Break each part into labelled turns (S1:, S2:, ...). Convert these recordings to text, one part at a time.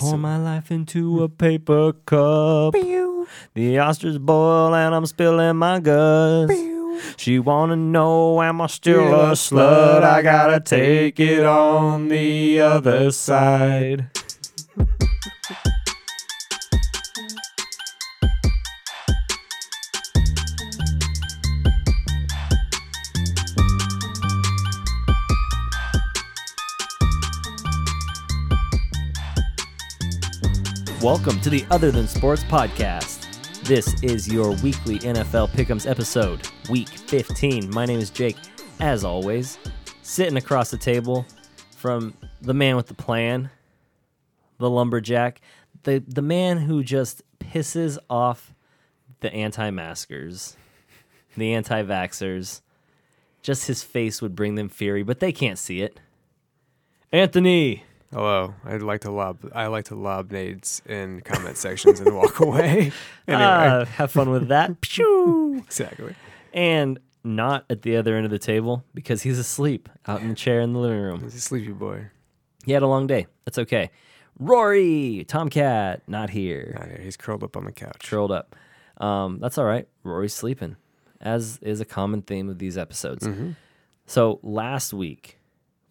S1: Pour my life into a paper cup. The oysters boil and I'm spilling my guts. She wanna know am I still a slut? I gotta take it on the other side.
S2: Welcome to the Other Than Sports podcast. This is your weekly NFL Pick'ems episode, week 15. My name is Jake. As always, sitting across the table from the man with the plan, the lumberjack, the the man who just pisses off the anti-maskers, the anti-vaxxers. Just his face would bring them fury, but they can't see it. Anthony,
S1: Hello. I'd like to lob. I like to lob nades in comment sections and walk away. Anyway,
S2: Ah, have fun with that. Pew!
S1: exactly.
S2: and not at the other end of the table because he's asleep out in the chair in the living room.
S1: He's a sleepy boy.
S2: He had a long day. That's okay. Rory, Tomcat, not here,
S1: Not here. He's curled up on the couch.
S2: curled up. Um, that's all right. Rory's sleeping, as is a common theme of these episodes.
S1: Mm-hmm.
S2: So last week,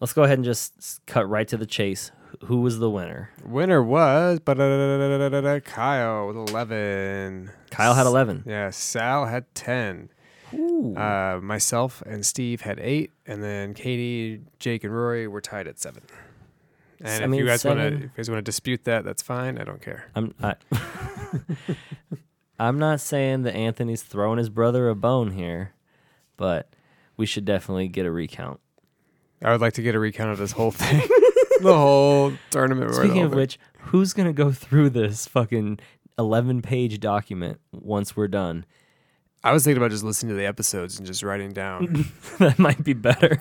S2: let's go ahead and just s- cut right to the chase. Who was the winner?
S1: Winner was ba-da-da-da-da-da-da, Kyle with eleven.
S2: Kyle had
S1: S-
S2: 11.
S1: Yeah. Sal had ten.
S2: Ooh.
S1: Uh, myself and Steve had eight, and then Katie, Jake, and Rory were tied at seven.
S2: S-
S1: And
S2: I
S1: if
S2: mean,
S1: you guys want to,
S2: seven-
S1: if you guys want to dispute that, that's fine. I don't care.
S2: I'm I, I'm not saying that Anthony's throwing his brother a bone here, but we should definitely get a recount.
S1: I would like to get a recount of this whole thing, the whole tournament. where it
S2: Speaking
S1: all
S2: of
S1: went.
S2: which, who's gonna go through this fucking eleven page document once we're done?
S1: I was thinking about just listening to the episodes and just writing down.
S2: that might be better.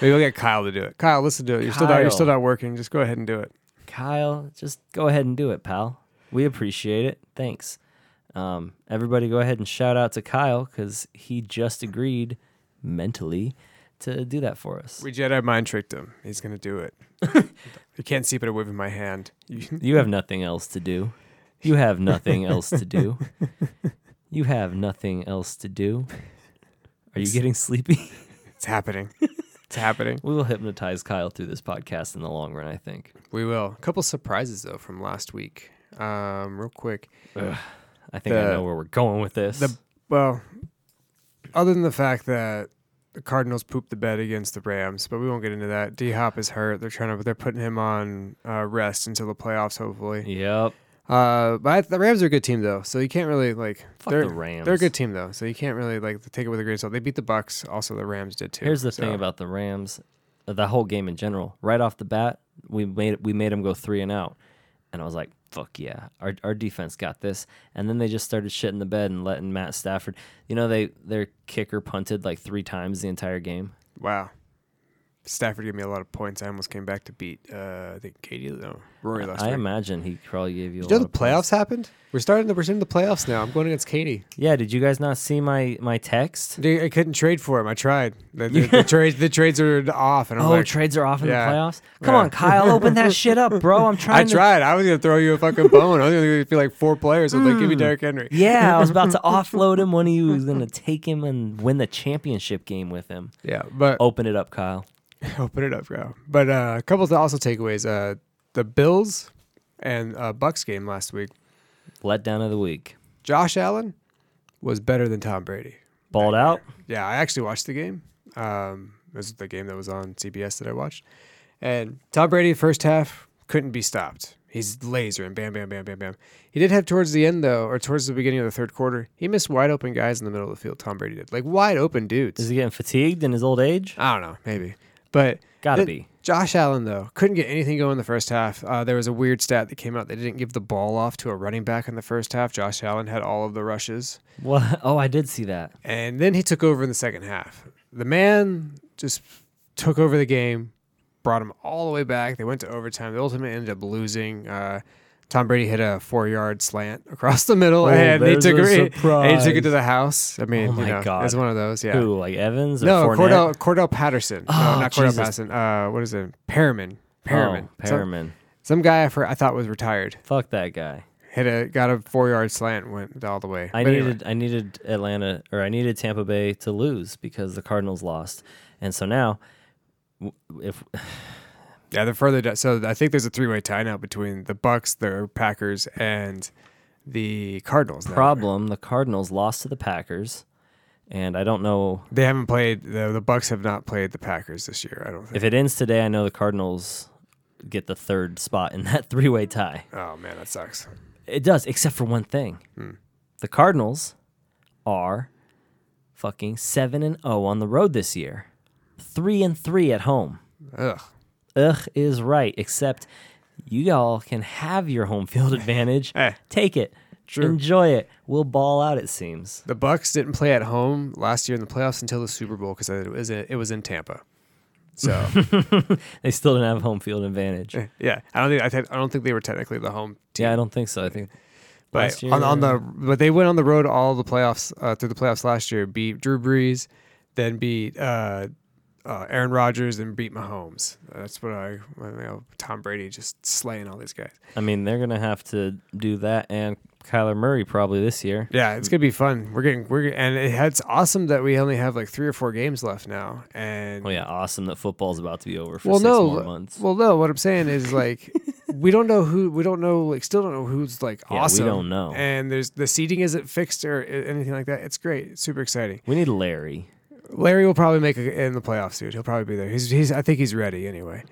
S1: Maybe I'll get Kyle to do it. Kyle, listen to it. You're still not, you're
S2: Kyle.
S1: still not working. Just go ahead and do it.
S2: Kyle, just go ahead and do it, pal. We appreciate it. Thanks. Um, everybody, go ahead and shout out to Kyle because he just agreed mentally to do that for us.
S1: We Jedi mind tricked him. He's gonna do it. you can't see, but I wave in my hand. You-
S2: You have nothing else to do. You have nothing else to do. You have nothing else to do. Are you getting sleepy?
S1: It's happening. It's happening.
S2: we will hypnotize Kyle through this podcast in the long run, I think.
S1: We will. A couple surprises though from last week. Um, real quick.
S2: I think I
S1: The-
S2: know where we're going with this.
S1: The well, other than the fact that the Cardinals pooped the bed against the Rams, but we won't get into that. D Hop is hurt. They're trying to. They're putting him on uh, rest until the playoffs, hopefully.
S2: yep.
S1: Uh, but I, the Rams are a good team though, so you can't really like.
S2: Fuck
S1: they're,
S2: the Rams.
S1: They're a good team though, so you can't really like take it with a grain of salt. They beat the Bucks. Also, the Rams did too.
S2: Here's the
S1: so-
S2: thing about the Rams, the whole game in general. Right off the bat, we made we made them go three and out, and I was like, "Fuck yeah, our our defense got this." And then they just started shitting the bed and letting Matt Stafford. You know, they their kicker punted like three times the entire game.
S1: wow. Stafford gave me a lot of points. I almost came back to beat. Uh, I think Katie. No, Rory last
S2: I
S1: week.
S2: imagine he probably gave you. A
S1: You know
S2: lot
S1: the
S2: of points.
S1: playoffs happened. We're starting. The, we're in the playoffs now. I'm going against Katie.
S2: Yeah, did you guys not see my my text?
S1: Dude, I couldn't trade for him. I tried. The, the, the trades, the trades are off, and I'm
S2: Oh,
S1: like,
S2: trades are off in
S1: yeah,
S2: the playoffs. Come
S1: yeah.
S2: on, Kyle, open that shit up, bro. I'm
S1: I
S2: trying. to-
S1: tried. I was gonna throw you a fucking bone. I was gonna be like four players. I was like, give me
S2: Hmm.
S1: Derrick Henry.
S2: Yeah, I was about to offload him. One of you was gonna take him and win the championship game with him.
S1: Yeah, but
S2: Open it up, Kyle.
S1: open it up, bro. But uh, a couple of also takeaways. Uh, the Bills and uh, Bucks game last week.
S2: Letdown of the week.
S1: Josh Allen was better than Tom Brady.
S2: Balled out.
S1: Yeah, I actually watched the game. Um, this is the game that was on CBS that I watched. And Tom Brady, first half, couldn't be stopped. He's lasering, bam, bam, bam, bam, bam. He did have towards the end, though, or towards the beginning of the third quarter, he missed wide open guys in the middle of the field. Tom Brady did. Like wide open dudes.
S2: Is he getting fatigued in his old age?
S1: I don't know, maybe. But
S2: Gotta
S1: it-
S2: be.
S1: Josh Allen though couldn't get anything going in the first half. Uh, there was a weird stat that came out. They didn't give the ball off to a running back in the first half. Josh Allen had all of the rushes,
S2: Well, oh, I did see that.
S1: and then he took over in the second half. The man just took over the game, brought him all the way back. They went to overtime. They ultimately ended up losing. Uh, Tom Brady hit a four-yard slant across the middle,
S2: Oh,
S1: and they
S2: there's a
S1: took it. And he took
S2: surprise.
S1: it to the house. I mean,
S2: Oh
S1: you
S2: my
S1: know,
S2: God.
S1: it's one of those. Yeah.
S2: Who, like Evans or
S1: No,
S2: Fournette?
S1: Cordell Cordell Patterson.
S2: Oh,
S1: no, not Cordell
S2: Jesus.
S1: Patterson. Uh, what is it? Perriman.
S2: Oh,
S1: Perriman. So-
S2: Perriman.
S1: So, Some guy I, for, I thought was retired
S2: Fuck that guy.
S1: hit a got a four yard slant and went all the way.
S2: I
S1: But anyway,
S2: needed I needed Atlanta or I needed Tampa Bay to lose because the Cardinals lost, and so now, w- if
S1: yeah. The further down, so I think there's a three way tie now between the Bucks, the Packers, and the Cardinals. now, right?
S2: problem, the Cardinals lost to the Packers, and I don't know
S1: They haven't played the the Bucks have not played the Packers this year. I don't think.
S2: if it ends today. I know the Cardinals get the third spot in that three way tie.
S1: oh man, that sucks.
S2: It does, except for one thing.
S1: Hmm.
S2: The Cardinals are fucking seven and zero on the road this year, three and three at home.
S1: Ugh.
S2: Ugh is right, except you all can have your home field advantage.
S1: Hey.
S2: Take it.
S1: True.
S2: Enjoy it. We'll ball out, it seems.
S1: The Bucks didn't play at home last year in the playoffs until the Super Bowl because it was it was in Tampa. So
S2: They still didn't have home field advantage.
S1: yeah, I don't think I, think- I don't think they were technically the home team.
S2: Yeah, I don't think so. I think
S1: but
S2: last
S1: on, on
S2: year-
S1: the but they went on the road all the playoffs uh, through the playoffs last year. Beat Drew Brees, then beat uh, uh, Aaron Rodgers, then beat Mahomes. That's what I you know, Tom Brady just slaying all these guys.
S2: I mean they're gonna have to do that and Kyler Murray probably this year.
S1: Yeah, it's gonna be fun. We're getting we're and it, it's awesome that we only have like three or four games left now. And
S2: Well, Oh, yeah, awesome that football's about to be over for
S1: well,
S2: six
S1: no,
S2: more
S1: l-
S2: months.
S1: Well, no. What I'm saying is like we don't know who we don't know like still don't know who's like
S2: Yeah, we
S1: awesome.
S2: don't know.
S1: And there's the seating isn't fixed or a- anything like that. It's great. It's super exciting.
S2: we need Larry.
S1: Larry will probably make it in the playoffs, dude. He'll probably be there. He's he's. I think he's ready anyway.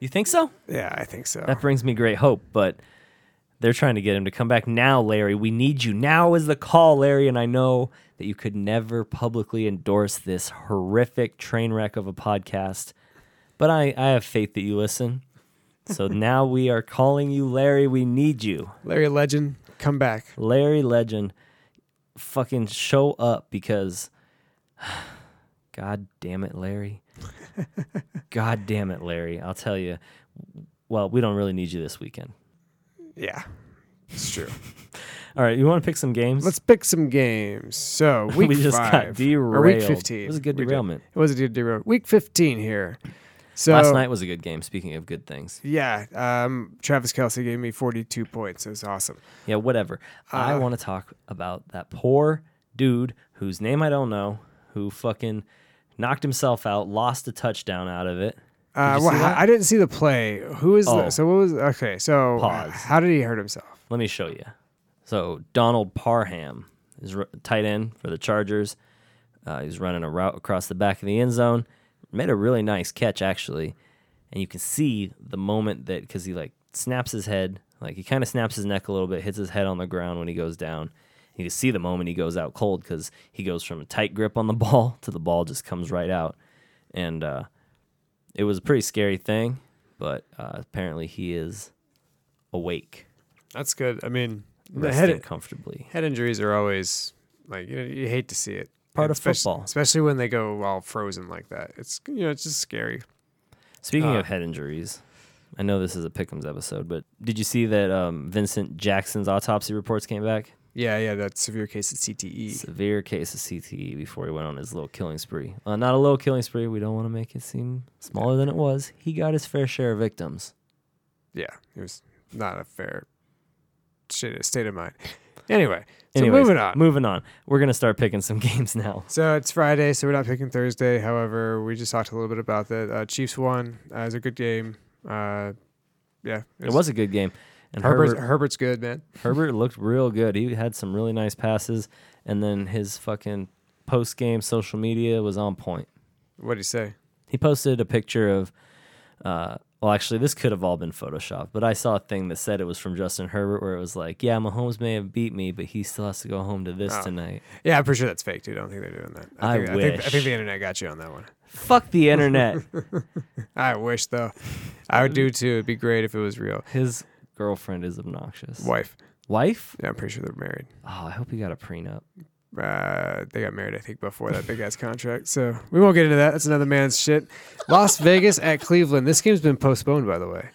S2: You think so?
S1: Yeah, I think so.
S2: That brings me great hope, but they're trying to get him to come back now, Larry. We need you. Now is the call, Larry. And I know that you could never publicly endorse this horrific train wreck of a podcast, but I, I have faith that you listen. So now we are calling you, Larry. We need you.
S1: Larry Legend, come back.
S2: Larry Legend, fucking show up because God damn it, Larry. God damn it, Larry. I'll tell you. Well, we don't really need you this weekend.
S1: Yeah, it's true.
S2: All right, you want to pick some games?
S1: Let's pick some games. So week
S2: we just
S1: five,
S2: got derailed.
S1: or week fifteen.
S2: It was a good
S1: We did-
S2: derailment.
S1: It was a good derailment. Week fifteen here. So
S2: Last night was a good game. Speaking of good things,
S1: Yeah, um, Travis Kelsey gave me 42 points. It was awesome.
S2: yeah, whatever.
S1: Uh,
S2: I want to talk about that poor dude whose name I don't know, who fucking knocked himself out, lost a touchdown out of it.
S1: Uh,
S2: you
S1: well,
S2: see that?
S1: I didn't see the play. Who is
S2: Oh.
S1: the, so? What was okay? So
S2: Pause.
S1: how did he hurt himself?
S2: Let me show you. So Donald Parham is r- tight end for the Chargers. Uh, he's running a route across the back of the end zone. Made a really nice catch actually, and you can see the moment that because he like snaps his head, like he kind of snaps his neck a little bit, hits his head on the ground when he goes down. You can see the moment he goes out cold because he goes from a tight grip on the ball to the ball just comes right out, and uh, it was a pretty scary thing. But uh, apparently he is awake
S1: That's good. I mean, the
S2: resting
S1: head
S2: comfortably.
S1: head injuries are always like you know you hate to see it.
S2: Part of
S1: Espec-
S2: football.
S1: especially when they go all frozen like that. It's you know it's just scary.
S2: Speaking
S1: Uh,
S2: of head injuries, I know this is a Pickums episode, but did you see that um, Vincent Jackson's autopsy reports came back?
S1: Yeah, yeah, that severe case of E. CTE.
S2: Severe case of CTE before he went on his little killing spree. Uh, not a little killing spree. We don't want to make it seem smaller than it was. He got his fair share of victims.
S1: Yeah, it was not a fair shit, state of mind. Anyway, so
S2: Anyways,
S1: moving on.
S2: Moving on. We're gonna start picking some games now.
S1: So it's Friday, so we're not picking Thursday. However, we just talked a little bit about that. Uh, Chiefs won. Uh, it was a good game. Uh, yeah,
S2: It was a good game, and
S1: Herbert's,
S2: Herbert
S1: Herbert's good, man.
S2: Herbert looked real good. He had some really nice passes, and then his fucking post game social media was on point.
S1: What do you say?
S2: He posted a picture of, uh, well, actually, this could have all been Photoshop, but I saw a thing that said it was from Justin Herbert, where it was like, "Yeah, Mahomes may have beat me, but he still has to go home to this tonight."
S1: Yeah, I'm pretty sure that's fake, dude. I don't think they're doing that.
S2: I
S1: think, I think, I
S2: wish.
S1: think the internet got you on that one.
S2: Fuck the internet.
S1: I wish though. I would do too. It'd be great if it was real.
S2: His girlfriend is obnoxious.
S1: Wife.
S2: Wife?
S1: Yeah, I'm pretty sure they're married.
S2: Oh, I hope he got a prenup.
S1: Uh, they got married, I think, before that big ass contract. So we won't get into that. That's another man's shit. Las Vegas at Cleveland. This game's been postponed, by the way.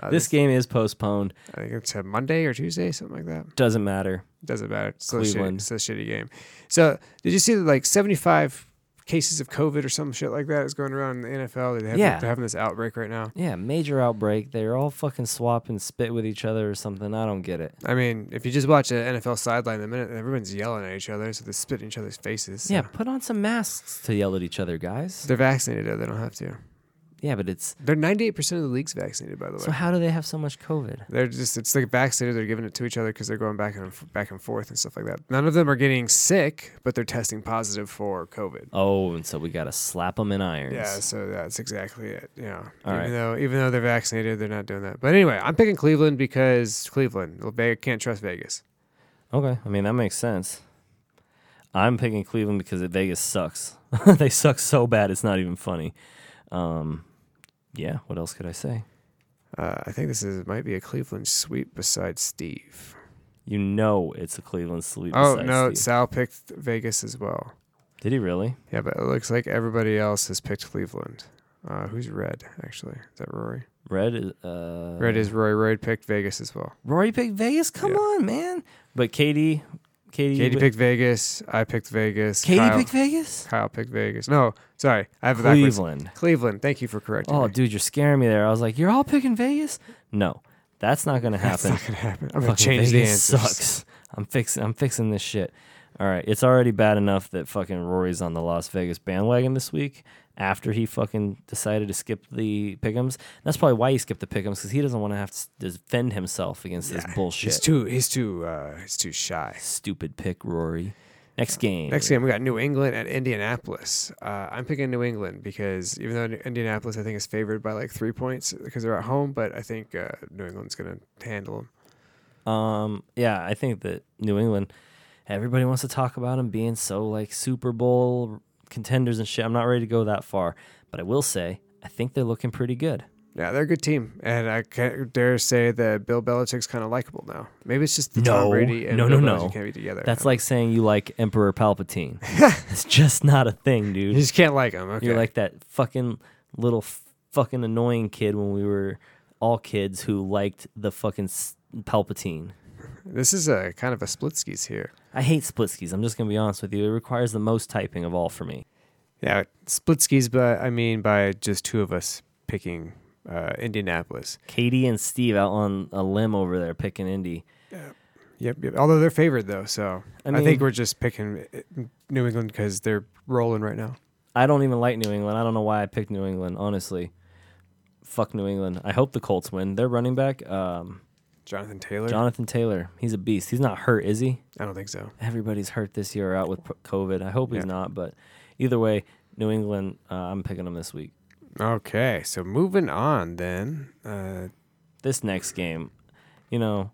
S1: Uh,
S2: This game is postponed.
S1: I think it's uh, Monday or Tuesday, something like that.
S2: Doesn't matter.
S1: Doesn't matter. It's still, a shitty,
S2: Cleveland.
S1: it's still a shitty game. So did you see that like 75 cases of COVID or some shit like that is going around in the NFL. They have,
S2: Yeah.
S1: They're having this outbreak right now.
S2: Yeah, major outbreak. They're all fucking swapping spit with each other or something. I don't get it.
S1: I mean, if you just watch an NFL sideline, the minute everyone's yelling at each other, so they spit in each other's faces. so-
S2: Yeah, put on some masks to yell at each other, guys.
S1: They're vaccinated though; they don't have to.
S2: Yeah, but it's
S1: They're ninety eight percent of the league's vaccinated, by the way.
S2: so how do they have so much COVID?
S1: they're just it's like vaccinated. They're giving it to each other because they're going back and f- back and forth and stuff like that. None of them are getting sick, but they're testing positive for COVID.
S2: Oh, and so we gotta slap them in irons.
S1: Yeah, so that's exactly it. Yeah.
S2: All
S1: even
S2: right.
S1: though even though they're vaccinated, they're not doing that. But anyway, I'm picking Cleveland because Cleveland. Vegas can't trust Vegas.
S2: Okay, I mean that makes sense. I'm picking Cleveland because Vegas sucks. they suck so bad it's not even funny. Um, yeah, what else could I say?
S1: Uh, I think this is might be a Cleveland sweep besides Steve.
S2: You know it's a Cleveland sleep.
S1: Oh
S2: besides
S1: no,
S2: Steve.
S1: Sal picked Vegas as well.
S2: did he really?
S1: Yeah, but it looks like everybody else has picked Cleveland. Uh, who's red actually? Is that Rory?
S2: Red is uh,
S1: Red is Roy. Roy picked Vegas as well.
S2: Rory picked Vegas. Come
S1: Yeah.
S2: on, man. But Katie, Katie,
S1: Katie picked Vegas. I picked Vegas.
S2: Katie
S1: Kyle,
S2: picked Vegas.
S1: Kyle picked Vegas. No, sorry, I have it backwards.
S2: Cleveland.
S1: Cleveland. Thank you for correcting
S2: Oh,
S1: me.
S2: dude, you're scaring me there. I was like, you're all picking Vegas? No, that's not gonna
S1: That's
S2: happen.
S1: not gonna happen. I'm gonna
S2: Fucking
S1: change the
S2: Vegas
S1: answers.
S2: Sucks. I'm fixing. I'm fixing this shit. All right, it's already bad enough that fucking Rory's on the Las Vegas bandwagon this week. After he fucking decided to skip the pickums, that's probably why he skipped the pickums because he doesn't want to have to s- defend himself against this bullshit.
S1: He's too. He's too. Uh, he's too shy.
S2: Stupid pick, Rory. Next game.
S1: Next game, we got New England at Indianapolis. Uh, I'm picking New England because even though Indianapolis, I think, is favored by like three points because they're at home, but I think uh, New England's going to handle them.
S2: Um, yeah, I think that New England, everybody wants to talk about them being so like Super Bowl contenders and shit. I'm not ready to go that far, but I will say I think they're looking pretty good.
S1: Yeah, they're a good team, and I can't dare say that Bill Belichick's kind of likable now. Maybe it's just the
S2: No,
S1: Tom Brady and
S2: no,
S1: Bill
S2: no,
S1: Belichick
S2: no.
S1: can't be together.
S2: That's like saying you like Emperor Palpatine. it's just not a thing,
S1: you
S2: dude.
S1: just can't like him. Okay,
S2: You're like that fucking little f- fucking annoying kid when we were all kids who liked the fucking s- Palpatine.
S1: this is a kind of a split skis here.
S2: I hate splitskis. I'm just gonna be honest with you. It requires the most typing of all for me.
S1: Yeah, split skis, but I mean by just two of us picking uh, Indianapolis.
S2: Katie and Steve out on a limb over there picking Indy.
S1: Yep, yep. Although they're favored though, so
S2: I
S1: I, think
S2: mean-
S1: we're just picking uh, New England because they're rolling right now.
S2: I don't even like New England. I don't know why I picked New England, honestly. Fuck New England. I hope the Colts win. Their running back, um,
S1: Jonathan Taylor.
S2: Jonathan Taylor, he's a beast. He's not hurt, is he?
S1: I don't think so.
S2: Everybody's hurt this year out with p- COVID. I hope he's
S1: Yeah.
S2: not, but either way, New England, uh, I'm picking them this week.
S1: Okay, so moving on then. Uh,
S2: This next game, you know,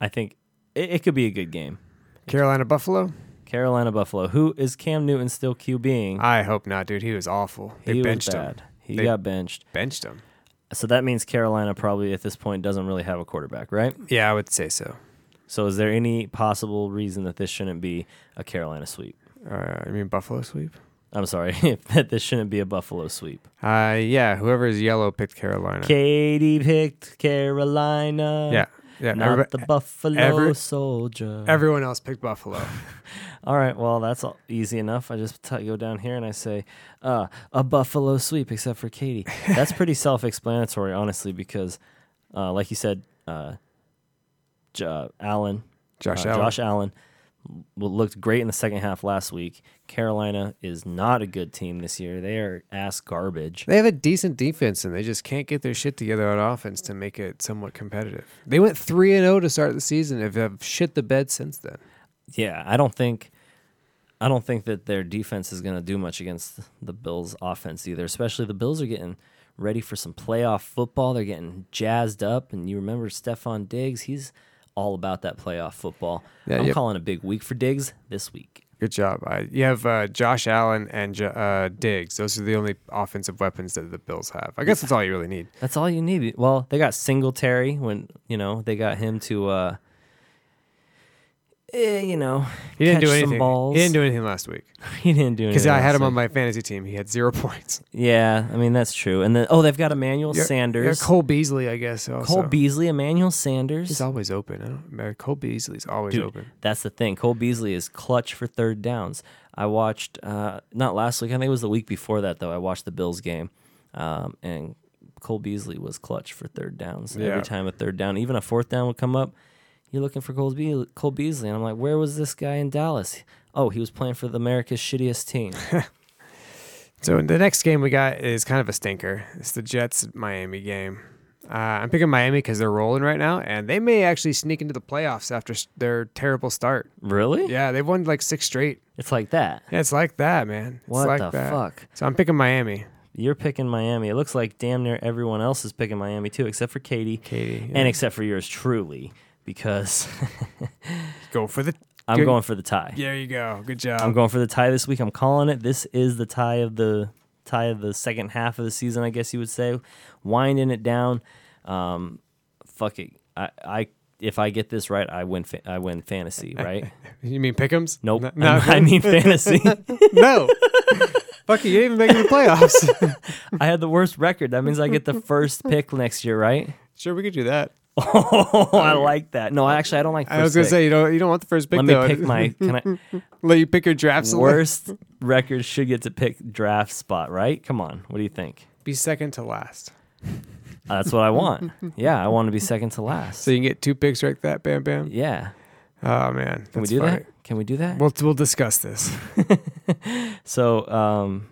S2: I think it, it could be a good game.
S1: Carolina Buffalo.
S2: Carolina Buffalo. Who is Cam Newton still QBing?
S1: I hope not, dude. He was awful. They
S2: he was
S1: benched him.
S2: bad. He
S1: They-
S2: got benched.
S1: Benched him.
S2: So that means Carolina probably at this point doesn't really have a quarterback, right?
S1: Yeah, I would say so.
S2: So is there any possible reason that this shouldn't be a Carolina sweep?
S1: Uh, I mean Buffalo sweep.
S2: I'm sorry, that this shouldn't be a Buffalo sweep.
S1: Uh, yeah. Whoever's yellow picked Carolina.
S2: Katie picked Carolina.
S1: yeah, yeah.
S2: Not
S1: everybo-
S2: the Buffalo
S1: every-
S2: Soldier.
S1: everyone else picked
S2: Uh,
S1: Buffalo.
S2: all right, well, that's all easy enough. I just t- go down here and I say, uh, a Buffalo sweep, except for Katie. That's pretty self explanatory, honestly, because, uh, like you said, uh, J- uh, Allen
S1: Josh
S2: Uh,
S1: Allen.
S2: Josh Allen w- looked great in the second half last week. Carolina is not a good team this year. They are ass garbage.
S1: They have a decent defense and they just can't get their shit together on offense to make it somewhat competitive. They went 3 and 0 to start the season and have shit the bed since then.
S2: Yeah, I don't think I don't think that their defense is going to do much against the Bills offense either, especially the Bills are getting ready for some playoff football. They're getting jazzed up and you remember Stefan Diggs, he's all about that playoff football.
S1: Yeah,
S2: I'm
S1: yep.
S2: calling a big week for Diggs this week.
S1: Good job. I, you have uh, Josh Allen and Jo- uh, Diggs. Those are the only offensive weapons that the Bills have. I guess that's all you really need.
S2: That's all you need. Well, they got Singletary when you know they got him to uh eh, you know,
S1: He didn't
S2: catch
S1: do
S2: Some
S1: anything.
S2: balls.
S1: He didn't do anything last week
S2: he didn't do
S1: because
S2: anything
S1: I had
S2: else.
S1: him on my fantasy team. He had zero points.
S2: Yeah, I mean that's true. And then oh, they've got Emmanuel
S1: Yeah, yeah,
S2: Sanders,
S1: Cole Beasley, I guess. Also.
S2: Cole Beasley, Emmanuel Sanders.
S1: He's always open. I don't, man, Cole Beasley's always
S2: Dude,
S1: open.
S2: That's the thing. Cole Beasley is clutch for third downs. I watched uh, not last week. I think it was the week before that though. I watched the Bills game, um, and Cole Beasley was clutch for third downs.
S1: Yeah.
S2: Every time a third down, even a fourth down would come up, you're looking for Cole Beasley. Cole Beasley, and I'm like, where was this guy in Dallas? Oh, he was playing for the America's shittiest team.
S1: So the next game we got is kind of a stinker. It's the Jets Miami game. Uh, I'm picking Miami because they're rolling right now, and they may actually sneak into the playoffs after s- their terrible start.
S2: really?
S1: Yeah, they've won like six straight.
S2: It's like that.
S1: Yeah, it's like that, man. It's
S2: What
S1: like
S2: the
S1: that.
S2: fuck?
S1: So I'm picking Miami.
S2: You're picking Miami. It looks like damn near everyone else is picking Miami too, except for Katie,
S1: Katie, yeah.
S2: and except for yours truly, because
S1: Go for the.
S2: I'm
S1: Good-
S2: going for the tie.
S1: There you go. Good job.
S2: I'm going for the tie this week. I'm calling it. This is the tie of the tie of the second half of the season, I guess you would say. Winding it down. Um, fuck it. I, I if I get this right, I win. Fa- I win fantasy, right?
S1: you mean Pickums?
S2: Nope.
S1: No. no.
S2: I mean fantasy.
S1: no. fuck you. You didn't even make it to the playoffs.
S2: I had the worst record. That means I get the first pick next year, right?
S1: sure, we could do that.
S2: Oh, I like that. No, actually, I don't like. First
S1: I was gonna
S2: pick.
S1: say you don't you don't want the first pick
S2: Let me
S1: though.
S2: pick my. Can
S1: Let you pick your draft
S2: I,
S1: select.
S2: worst record should get to pick draft spot, right? Come on. What do you think?
S1: Be second to last.
S2: That's what I want. Yeah, I want to be second to last.
S1: So you can get two picks like that, bam, bam.
S2: Yeah.
S1: Oh man,
S2: Can we do that? Can we do that?
S1: We'll we'll discuss this.
S2: so, um,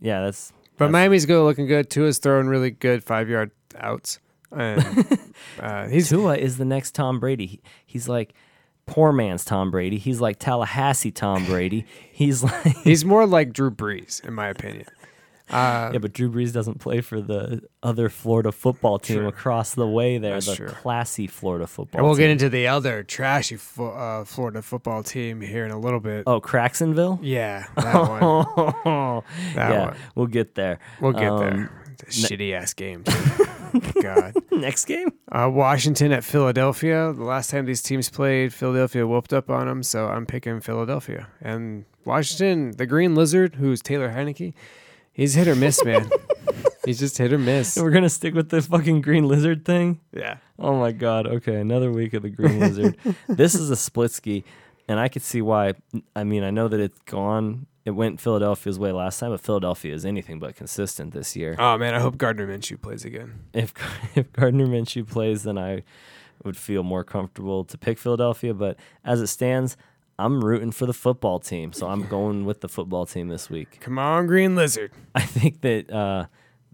S2: yeah, that's
S1: But Miami's good, looking good. Tua's throwing really good five yard outs, and uh, he's
S2: Tua is the next Tom Brady. He, he's like poor man's Tom Brady. He's like Tallahassee Tom Brady. He's like
S1: he's more like Drew Brees in my opinion. Uh,
S2: yeah, but Drew Brees doesn't play for the other Florida football team
S1: True.
S2: across the way. There,
S1: That's
S2: the
S1: true.
S2: classy Florida football.
S1: And we'll
S2: team.
S1: get into the other trashy fo- uh, Florida football team here in a little bit.
S2: oh Cracksonville.
S1: Yeah, that one. That
S2: yeah,
S1: one.
S2: we'll get there.
S1: We'll get
S2: Um,
S1: there. It's a shitty ass game. too. God.
S2: Next game.
S1: Uh, Washington at Philadelphia. The last time these teams played, Philadelphia whooped up on them, so I'm picking Philadelphia. And Washington, the Green Lizard, who's Taylor Heineke, he's hit or miss, man. he's just hit or miss.
S2: We're gonna stick with the fucking green lizard thing.
S1: Yeah.
S2: Oh my god. Okay, another week of the Green Lizard. this is a split ski, and I could see why. I mean, I know that it's gone. It went Philadelphia's way last time, but Philadelphia is anything but consistent this year.
S1: Oh man, I hope Gardner Minshew plays again.
S2: If if Gardner Minshew plays, then I would feel more comfortable to pick Philadelphia. But as it stands, I'm rooting for the football team, so I'm going with the football team this week.
S1: Come on, Green Lizard.
S2: I think that uh,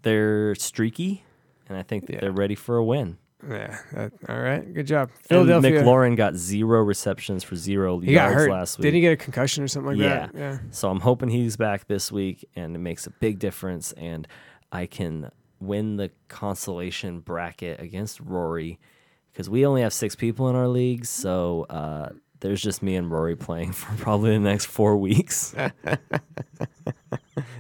S2: they're streaky, and I think that
S1: Yeah.
S2: they're ready for a win.
S1: Yeah. that- all right. Good job,
S2: And
S1: Philadelphia.
S2: McLaurin got zero receptions for zero
S1: he got
S2: yards
S1: hurt
S2: last week.
S1: Didn't he get a concussion or something like
S2: yeah.
S1: that? Yeah.
S2: So I'm hoping he's back this week and it makes a big difference and I can win the consolation bracket against Rory because we only have six people in our league. So uh, there's just me and Rory playing for probably the next four weeks.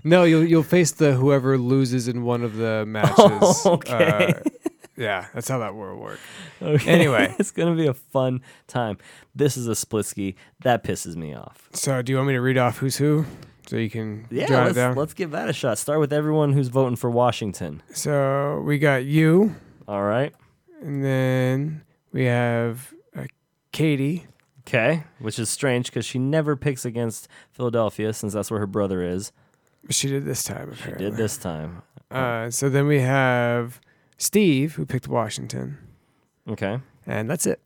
S1: No, you'll you'll face the whoever loses in one of the matches.
S2: Oh, okay.
S1: Uh, yeah, that's how that will work.
S2: okay.
S1: Anyway.
S2: it's going to be a fun time. This is a split ski. That pisses me off.
S1: So, do you want me to read off who's who, so you can
S2: Yeah,
S1: jot it down?
S2: let's, let's give that a shot. Start with everyone who's voting for Washington.
S1: So we got you,
S2: All right.
S1: and then we have uh, Katie.
S2: Okay, which is strange because she never picks against Philadelphia since that's where her brother is.
S1: She did this time. Apparently.
S2: Did this time.
S1: Uh, so then we have Steve, who picked Washington,
S2: Okay.
S1: and that's it.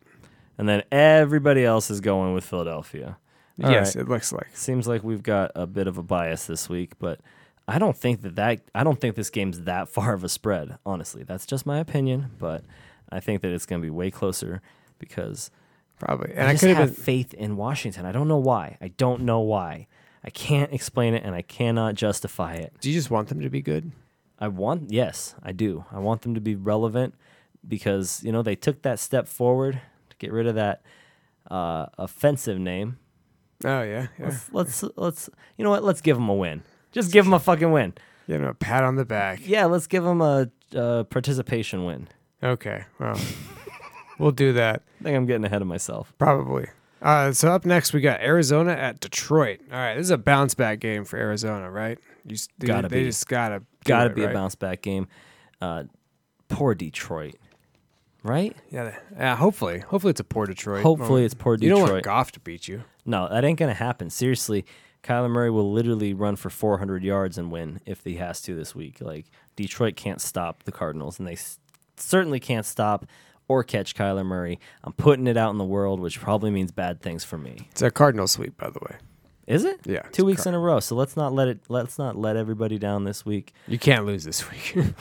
S2: And then everybody else is going with Philadelphia. All
S1: yes, it looks like.
S2: Seems like we've got a bit of a bias this week, but I don't think that that I don't think this game's that far of a spread, honestly. That's just my opinion, but I think that it's going to be way closer because
S1: Probably, and
S2: and I,
S1: I,
S2: just
S1: could
S2: have
S1: have been.
S2: faith in Washington. I don't know why. I don't know why. I can't explain it and I cannot justify it.
S1: Do you just want them to be good?
S2: I want yes, I do. I want them to be relevant because you know they took that step forward to get rid of that uh, offensive name.
S1: Oh yeah, yeah.
S2: Let's let's you know what? Let's give them a win. Just give them a fucking win.
S1: You know, a pat on the back.
S2: Yeah, let's give them a uh, participation win.
S1: Okay, well, we'll do that
S2: I think I'm getting ahead of myself.
S1: probably. Uh, so up next we got Arizona at Detroit. All right, this is a bounce back game for Arizona, right? You s- they,
S2: Gotta
S1: they
S2: be.
S1: just gotta do
S2: Got to
S1: it,
S2: be
S1: right?
S2: a bounce back game. Uh, poor Detroit, right?
S1: Yeah, th- yeah, hopefully, hopefully it's a poor Detroit.
S2: Hopefully it's poor
S1: You don't want
S2: Detroit.
S1: Goff to beat you.
S2: No, that ain't gonna happen. Seriously, Kyler Murray will literally run for 400 yards and win if he has to this week. Like Detroit can't stop the Cardinals, and they s- certainly can't stop or catch Kyler Murray. I'm putting it out in the world, which probably means bad things for me.
S1: It's a Cardinal sweep, by the way.
S2: Is it?
S1: Yeah, it's
S2: Two weeks in a row. So let's not let it. Let's not let everybody down this week.
S1: You can't lose this week. you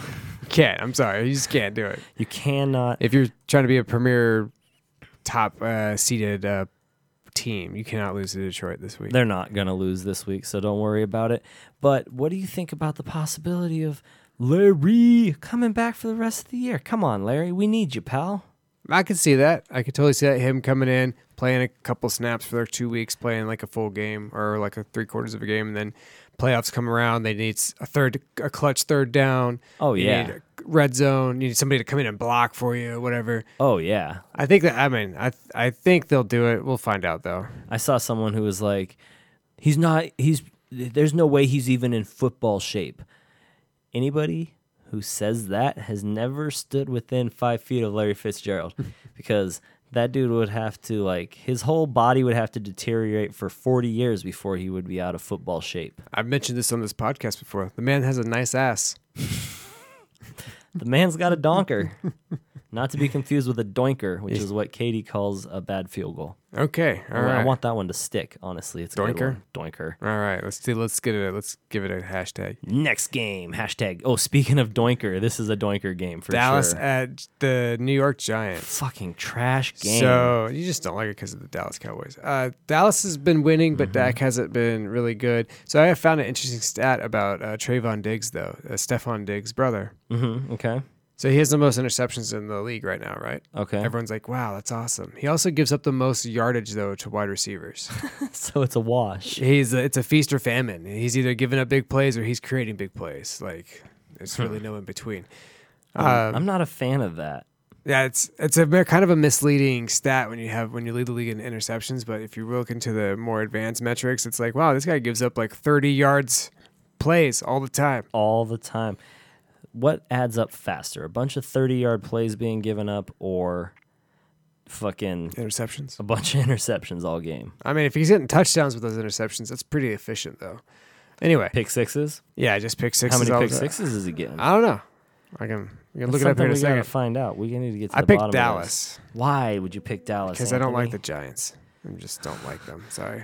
S1: can't. I'm sorry, you just can't do it.
S2: You cannot.
S1: If you're trying to be a premier, top uh, seeded uh, team, you cannot lose to Detroit this week.
S2: They're not gonna lose this week, so don't worry about it. But what do you think about the possibility of Larry coming back for the rest of the year? Come on, Larry. We need you, pal.
S1: I could see that. I could totally see that him coming in, playing a couple snaps for their two weeks, playing like a full game or like a three quarters of a game, and then playoffs come around. They need s- a third, a clutch third down.
S2: Oh,
S1: You
S2: yeah.
S1: need a red zone. You need somebody to come in and block for you, whatever.
S2: Oh yeah.
S1: I think that. I mean, I I think they'll do it. We'll find out though.
S2: I saw someone who was like, he's not, he's, there's no way he's even in football shape. Anybody who says that has never stood within five feet of Larry Fitzgerald because that dude would have to, like, his whole body would have to deteriorate for 40 years before he would be out of football shape.
S1: I've mentioned this on this podcast before. The man has a nice ass.
S2: The man's got a donker. Not to be confused with a doinker, which is what Katie calls a bad field goal.
S1: Okay, all
S2: I want- I
S1: right,
S2: want that Oh, one to stick, honestly. It's a good
S1: Doinker?
S2: one. Doinker.
S1: all right. Let's do. Let's get it. a- Let's give it a hashtag.
S2: Next game, hashtag. Oh, speaking of Doinker, this is a Doinker game for
S1: Dallas
S2: sure.
S1: at the New York Giants.
S2: Fucking trash game.
S1: So you just don't like it because of the Dallas Cowboys. Uh, Dallas has been winning, but Dak hasn't been really good. So I have found an interesting stat about uh, Trayvon Diggs, though, uh, Stephon Diggs' brother.
S2: hmm okay,
S1: So he has the most interceptions in the league right now, right?
S2: okay.
S1: Everyone's like, wow, that's awesome. He also gives up the most yardage, though, to wide receivers.
S2: so it's a wash.
S1: he's a, It's a feast or famine. He's either giving up big plays or he's creating big plays. Like, there's really no in between. Um,
S2: I'm not a fan of that.
S1: Yeah, it's it's a mer- kind of a misleading stat when you have when you lead the league in interceptions, but if you look into the more advanced metrics, it's like wow, this guy gives up like 30 yards plays all the time.
S2: all the time. What adds up faster? A bunch of 30 yard plays being given up or fucking
S1: Interceptions.
S2: a bunch of interceptions all game?
S1: I mean, if he's getting touchdowns with those interceptions, that's pretty efficient though. Anyway,
S2: Pick sixes?
S1: yeah, just pick
S2: How
S1: sixes.
S2: many
S1: all
S2: pick
S1: the-
S2: sixes is he getting?
S1: I don't know. I can we
S2: That's
S1: can look it up
S2: something
S1: here in a
S2: we gotta
S1: second.
S2: find out. We need to get to
S1: I
S2: the bottom
S1: picked
S2: of this.
S1: Dallas
S2: Why would you pick Dallas?
S1: because I don't like
S2: Anthony?
S1: the Giants. I just don't like them. Sorry.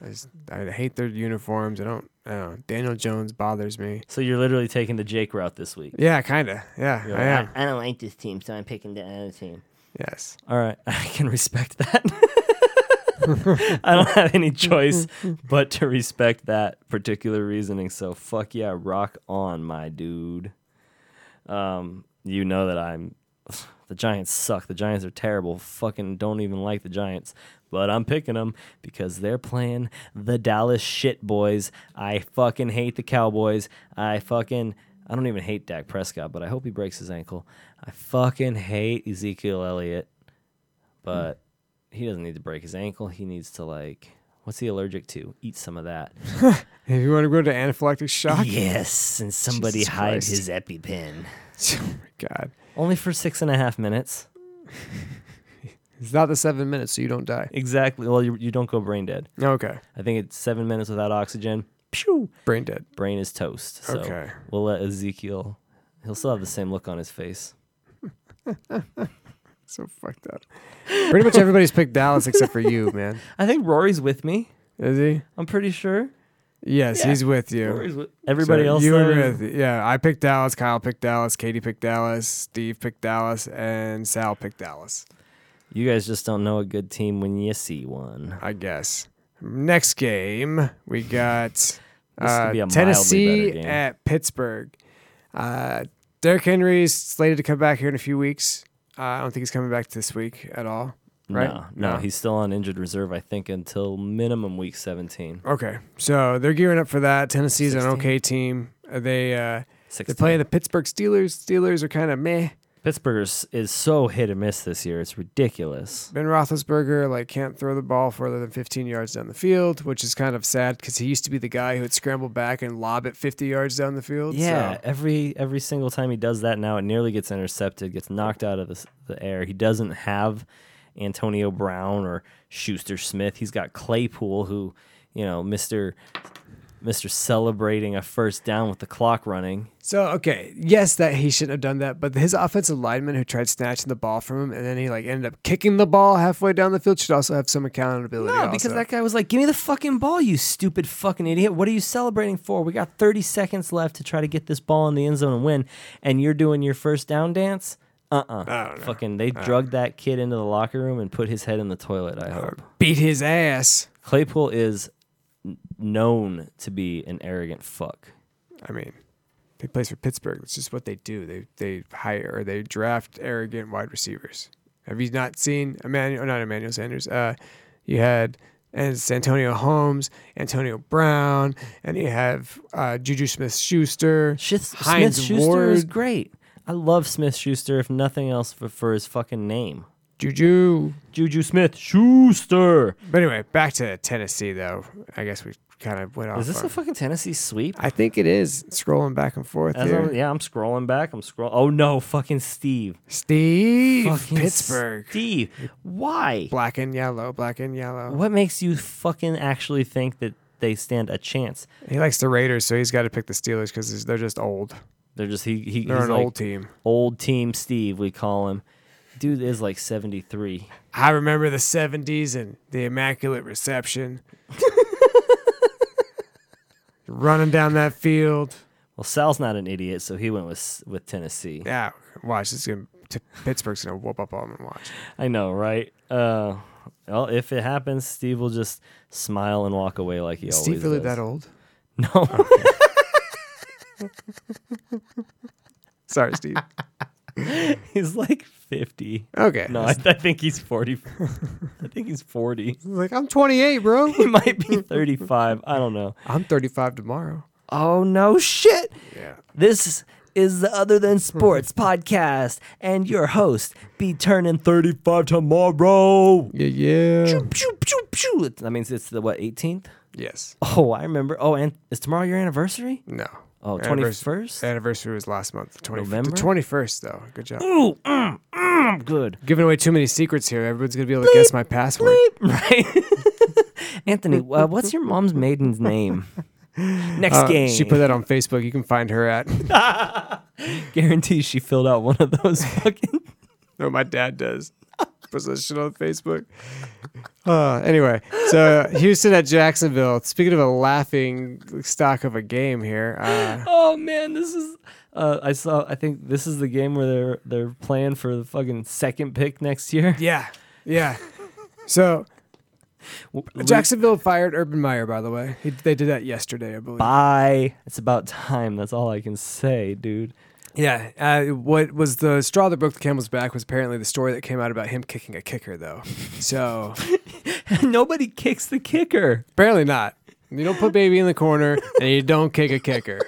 S1: I just I hate their uniforms. I don't. I don't know. Daniel Jones bothers me.
S2: So you're literally taking the Jake route this week.
S1: Yeah, kinda. Yeah, I am.
S3: I don't like this team, so I'm picking the other team.
S1: Yes.
S2: All right, I can respect that. I don't have any choice but to respect that particular reasoning. So fuck yeah, rock on, my dude. Um, you know that I'm. The Giants suck. The Giants are terrible. Fucking don't even like the Giants. But I'm picking them because they're playing the Dallas shit boys. I fucking hate the Cowboys. I fucking I don't even hate Dak Prescott, but I hope he breaks his ankle. I fucking hate Ezekiel Elliott but he doesn't need to break his ankle. He needs to like, what's he allergic to? Eat some of that.
S1: If you want to go to anaphylactic shock,
S2: yes, and somebody
S1: Jesus
S2: hide
S1: Christ.
S2: his EpiPen.
S1: oh my God,
S2: Only for six and a half minutes.
S1: it's not the seven minutes, so you don't die.
S2: Exactly. Well, you, you don't go brain dead.
S1: Okay,
S2: I think it's seven minutes without oxygen. Pew.
S1: brain dead.
S2: Brain is toast. So
S1: Okay.
S2: we'll let Ezekiel. He'll still have the same look on his face.
S1: So fucked up. Pretty much everybody's picked Dallas except for you, man.
S2: I think Rory's with me.
S1: Is he?
S2: I'm pretty sure.
S1: Yes,
S2: Yeah.
S1: he's with you.
S2: Rory's with everybody
S1: So
S2: else.
S1: You
S2: though,
S1: were
S2: is-
S1: with. Yeah, I picked Dallas. Kyle picked Dallas. Katie picked Dallas. Steve picked Dallas, and Sal picked Dallas.
S2: You guys just don't know a good team when you see one.
S1: I guess. Next game, we got
S2: This could
S1: uh,
S2: be a mildly
S1: Tennessee
S2: better game.
S1: at Pittsburgh. Uh, Derrick Henry's slated to come back here in a few weeks. Uh, I don't think he's coming back this week at all. Right?
S2: No, no, he's still on injured reserve, I think, until minimum week 17.
S1: Okay, so they're gearing up for that. Tennessee's an
S2: 16.
S1: okay team. Uh, They uh,
S2: 16.
S1: they're playing the Pittsburgh Steelers. Steelers are kind of meh.
S2: Pittsburgh's is so hit and miss this year. It's ridiculous.
S1: Ben Roethlisberger like can't throw the ball further than 15 yards down the field, which is kind of sad because he used to be the guy who would scramble back and lob it 50 yards down the field.
S2: Yeah,
S1: so
S2: every every single time he does that now, it nearly gets intercepted, gets knocked out of the, s- the air. He doesn't have Antonio Brown or Schuster Smith. He's got Claypool, who you know, Mister Mister celebrating a first down with the clock running.
S1: so okay, yes, that he shouldn't have done that, but his offensive lineman who tried snatching the ball from him and then he like ended up kicking the ball halfway down the field should also have some accountability.
S2: No, because
S1: also.
S2: that guy was like, "Give me the fucking ball, you stupid fucking idiot! What are you celebrating for? We got 30 seconds left to try to get this ball in the end zone and win, and you're doing your first down dance." Uh uh Fucking, they drugged that kid into the locker room and put his head in the toilet. I hope
S1: beat his ass.
S2: Claypool is n- known to be an arrogant fuck.
S1: I mean, he plays for Pittsburgh. It's just what they do. They they hire or they draft arrogant wide receivers. Have you not seen Emmanuel? Not Emmanuel Sanders. Uh, you had and it's Antonio Holmes, Antonio Brown, and you have uh, Juju Smith Schuster,
S2: Smith Schuster is great. I love Smith Schuster, if nothing else, for, for his fucking name.
S1: Juju.
S2: Juju Smith Schuster.
S1: But anyway, back to Tennessee though. I guess we kind of went off.
S2: Is this
S1: on-
S2: a fucking Tennessee sweep?
S1: I think it is scrolling back and forth
S2: As
S1: here.
S2: I'm- yeah, I'm scrolling back. I'm scroll. Oh no, fucking Steve.
S1: Steve
S2: Fucking
S1: Pittsburgh,
S2: Steve. Why?
S1: black and yellow, black and yellow.
S2: What makes you fucking actually think that they stand a chance?
S1: He likes the Raiders, so he's got to pick the Steelers because they're just old.
S2: They're just he. he
S1: They're
S2: he's
S1: an
S2: like,
S1: old team.
S2: old team Steve. We call him. Dude is like 73.
S1: I remember the '70s and the immaculate reception, running down that field.
S2: Well, Sal's not an idiot, so he went with with Tennessee.
S1: Yeah, watch this. Is gonna, t- Pittsburgh's gonna whoop up on them. and Watch.
S2: I know, right? Uh, well, if it happens, Steve will just smile and walk away like he
S1: Is
S2: always
S1: Steve really
S2: does.
S1: that old?
S2: No,
S1: Sorry, Steve.
S2: he's like 50.
S1: Okay.
S2: No, I, I think he's 40. I think he's 40.
S1: like I'm 28, bro.
S2: He might be 35. I don't know.
S1: I'm 35 tomorrow.
S2: Oh, no shit.
S1: Yeah.
S2: This is the Other Than Sports podcast, and your host be turning 35 tomorrow.
S1: Yeah, yeah.
S2: Pew, pew, pew. It- That means it's the, what, 18th?
S1: Yes.
S2: Oh, I remember. Oh, and is tomorrow your anniversary?
S1: No.
S2: Oh,
S1: Annivers-
S2: 21st?
S1: Anniversary was last month. The 20,
S2: November?
S1: The 21st, though. Good job.
S2: Ooh, mm, mm, I'm good.
S1: Giving away too many secrets here. Everyone's gonna be able to guess my password.
S2: Right? Anthony, uh, what's your mom's maiden's name? Next
S1: Uh,
S2: game.
S1: She put that on Facebook. You can find her at.
S2: Guarantee she filled out one of those fucking.
S1: no, my dad does. Puts that shit on Facebook. Uh, anyway, so Houston at Jacksonville. Speaking of a laughing stock of a game here, uh,
S2: Oh man, this is. Uh, I saw. I think this is the game where they're they're playing for the fucking second pick next year.
S1: yeah, yeah. So
S2: W-
S1: Jacksonville fired Urban Meyer. By the way, he, they did that yesterday, I believe.
S2: Bye. It's about time. That's all I can say, dude.
S1: Yeah. Uh, what was the straw that broke the camel's back was apparently the story that came out about him kicking a kicker, though. So
S2: Nobody kicks the kicker.
S1: apparently not. You don't put baby in the corner, and you don't kick a kicker.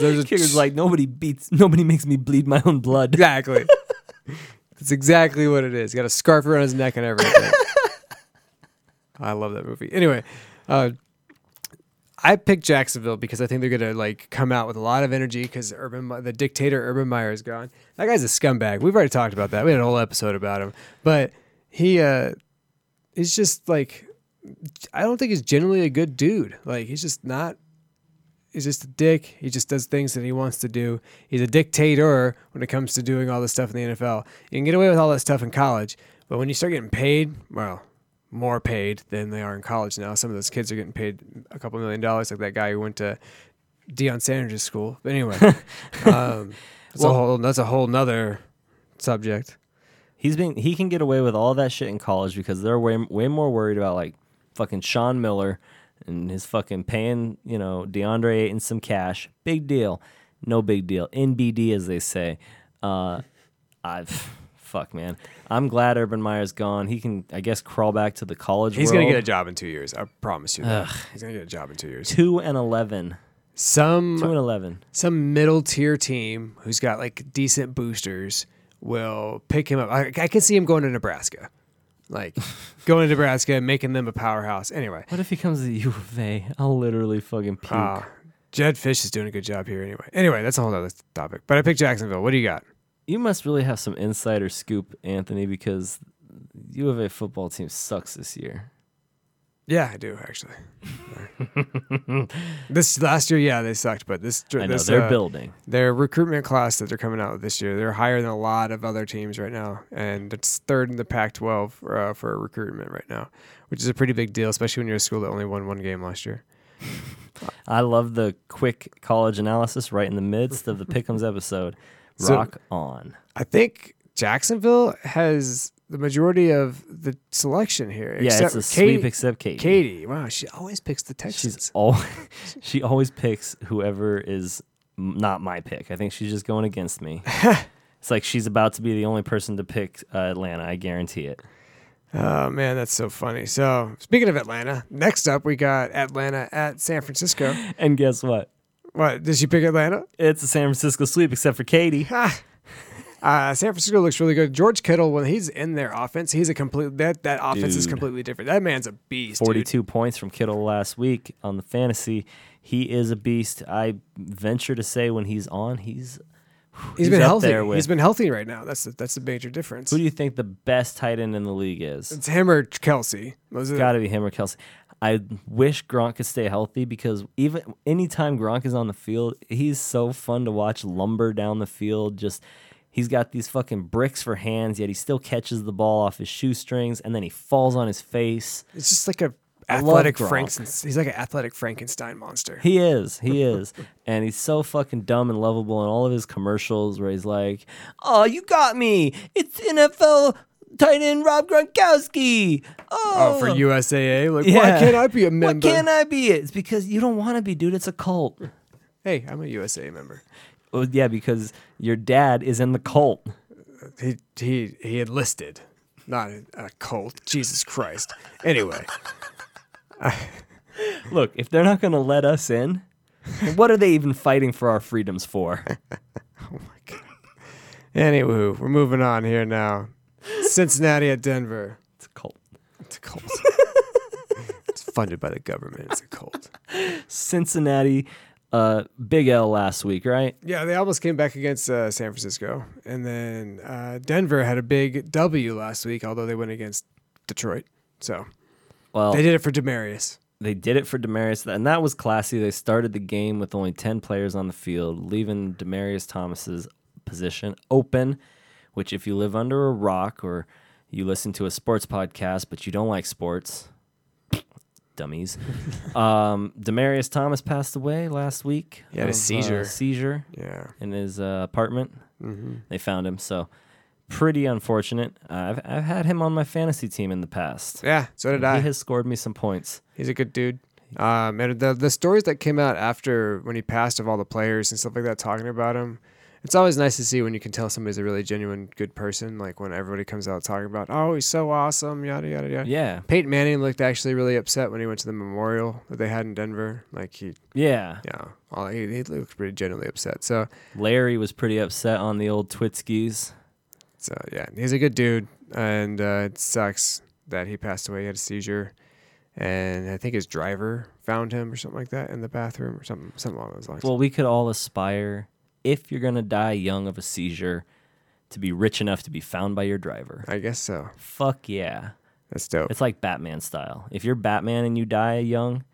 S1: There's a
S2: Kicker's like nobody beats. Nobody makes me bleed my own blood.
S1: Exactly. That's exactly what it is. He got a scarf around his neck and everything. I love that movie. Anyway, uh, I picked Jacksonville because I think they're gonna like come out with a lot of energy because Urban, Me- the dictator Urban Meyer is gone. That guy's a scumbag. We've already talked about that. We had an whole episode about him, but he uh, is just like I don't think he's generally a good dude. Like he's just not he's just a dick. He just does things that he wants to do. He's a dictator when it comes to doing all this stuff in the NFL. You can get away with all that stuff in college, but when you start getting paid, well, more paid than they are in college now. Some of those kids are getting paid a couple million dollars, like that guy who went to Deion Sanders' school. But anyway, um, that's a
S2: Well-
S1: whole that's a whole nother subject.
S2: He's been he can get away with all that shit in college because they're way way more worried about like fucking Sean Miller and his fucking paying you know DeAndre Ayton some cash. Big deal, no big deal. NBD as they say. Uh, I've fuck man. I'm glad Urban Meyer's gone. He can I guess crawl back to the college.
S1: He's
S2: world.
S1: gonna get a job in two years. I promise you. That. He's gonna get a job in two years.
S2: two and eleven.
S1: Some
S2: Two and eleven.
S1: some middle tier team who's got like decent boosters will pick him up. I, I can see him going to Nebraska, like going to Nebraska and making them a powerhouse. Anyway,
S2: What if he comes to the U of A? I'll literally fucking puke.
S1: uh, Jed Fish is doing a good job here. Anyway, anyway, that's a whole other topic. But I picked Jacksonville. What do you got?
S2: you must really have some insider scoop, Anthony, because U of A football team sucks this year.
S1: Yeah, I do actually. this last year, yeah, they sucked, but this
S2: I know
S1: this,
S2: they're
S1: uh,
S2: building.
S1: their recruitment class that they're coming out with this year, they're higher than a lot of other teams right now, and it's third in the Pac-12 for, uh, for recruitment right now, which is a pretty big deal, especially when you're a school that only won one game last year.
S2: I love the quick college analysis right in the midst of the Pickums episode.
S1: So-
S2: Rock on.
S1: I think Jacksonville has the majority of the selection here.
S2: Yeah,
S1: except
S2: it's a
S1: Katie,
S2: sweep except Katie.
S1: Katie, wow, she always picks the Texans.
S2: She's always she always picks whoever is m- not my pick. I think she's just going against me. it's like she's about to be the only person to pick uh, Atlanta. I guarantee it.
S1: Oh man, that's so funny. So speaking of Atlanta, next up we got Atlanta at San Francisco.
S2: And guess what?
S1: what did she pick Atlanta?
S2: It's a San Francisco sweep except for Katie.
S1: Uh, San Francisco looks really good. George Kittle, when he's in their offense, he's a complete that that offense is
S2: Dude.
S1: completely different. That man's a beast. dude.
S2: 42 points from Kittle last week on the fantasy. He is a beast. I venture to say when he's on, he's
S1: he's been
S2: up
S1: healthy.
S2: there with-
S1: He's been healthy right now. That's the, that's the major difference.
S2: who do you think the best tight end in the league is?
S1: it's him or Kelsey. Those are the-
S2: Got to be him or Kelsey. I wish Gronk could stay healthy because even anytime Gronk is on the field, he's so fun to watch lumber down the field. Just he's got these fucking bricks for hands, yet he still catches the ball off his shoestrings and then he falls on his face.
S1: it's just like a
S2: love
S1: athletic
S2: Gronk.
S1: Frankenstein. He's like an athletic Frankenstein monster.
S2: He is. He is. and he's so fucking dumb and lovable in all of his commercials where he's like, Oh, you got me. It's NFL tight end Rob Gronkowski. Oh,
S1: oh, for USAA, like
S2: Yeah.
S1: why can't I be a
S2: What
S1: member?
S2: can I be? It's because you don't want to be, dude. It's a cult.
S1: hey, I'm a USA member.
S2: Well, yeah, because your dad is in the cult.
S1: He he he enlisted, not a, a cult. Jesus Christ. Anyway,
S2: Look, if they're not going to let us in, then what are they even fighting for our freedoms for?
S1: anywho, we're moving on here now. Cincinnati at Denver.
S2: It's a cult.
S1: It's a cult. it's funded by the government. It's a cult.
S2: Cincinnati, uh, Big L last week, right?
S1: Yeah, they almost came back against uh, San Francisco, and then uh, Denver had a big W last week, although they went against Detroit. So
S2: Well,
S1: they did it for Demarius.
S2: they did it for Demarius, and that was classy. They started the game with only ten players on the field, leaving Demarius Thomas's position open. Which, if you live under a rock or you listen to a sports podcast but you don't like sports, dummies. um, Demarius Thomas passed away last week.
S1: He had a
S2: of, uh,
S1: seizure. Mm-hmm.
S2: seizure
S1: Yeah,
S2: in his uh, apartment. They found him, so pretty unfortunate. I've I've had him on my fantasy team in the past.
S1: yeah. So did
S2: He
S1: I.
S2: has scored me some points.
S1: He's a good dude. Um, and the the stories that came out after when he passed of all the players and stuff like that talking about him, it's always nice to see when you can tell somebody's a really genuine good person. Like when everybody comes out talking about, oh, he's so awesome, yada yada yada.
S2: Yeah,
S1: Peyton Manning looked actually really upset when he went to the memorial that they had in Denver. Like he,
S2: yeah.
S1: yeah, all, he, he looked pretty genuinely upset. So,
S2: Larry was pretty upset on the old Twitskis.
S1: so yeah, he's a good dude, and uh, it sucks that he passed away. He had a seizure, and I think his driver found him or something like that in the bathroom or something, something along those lines.
S2: Well, we could all aspire, if you're going to die young of a seizure, to be rich enough to be found by your driver.
S1: I guess so.
S2: Fuck yeah.
S1: That's dope.
S2: It's like Batman style. If you're Batman and you die young,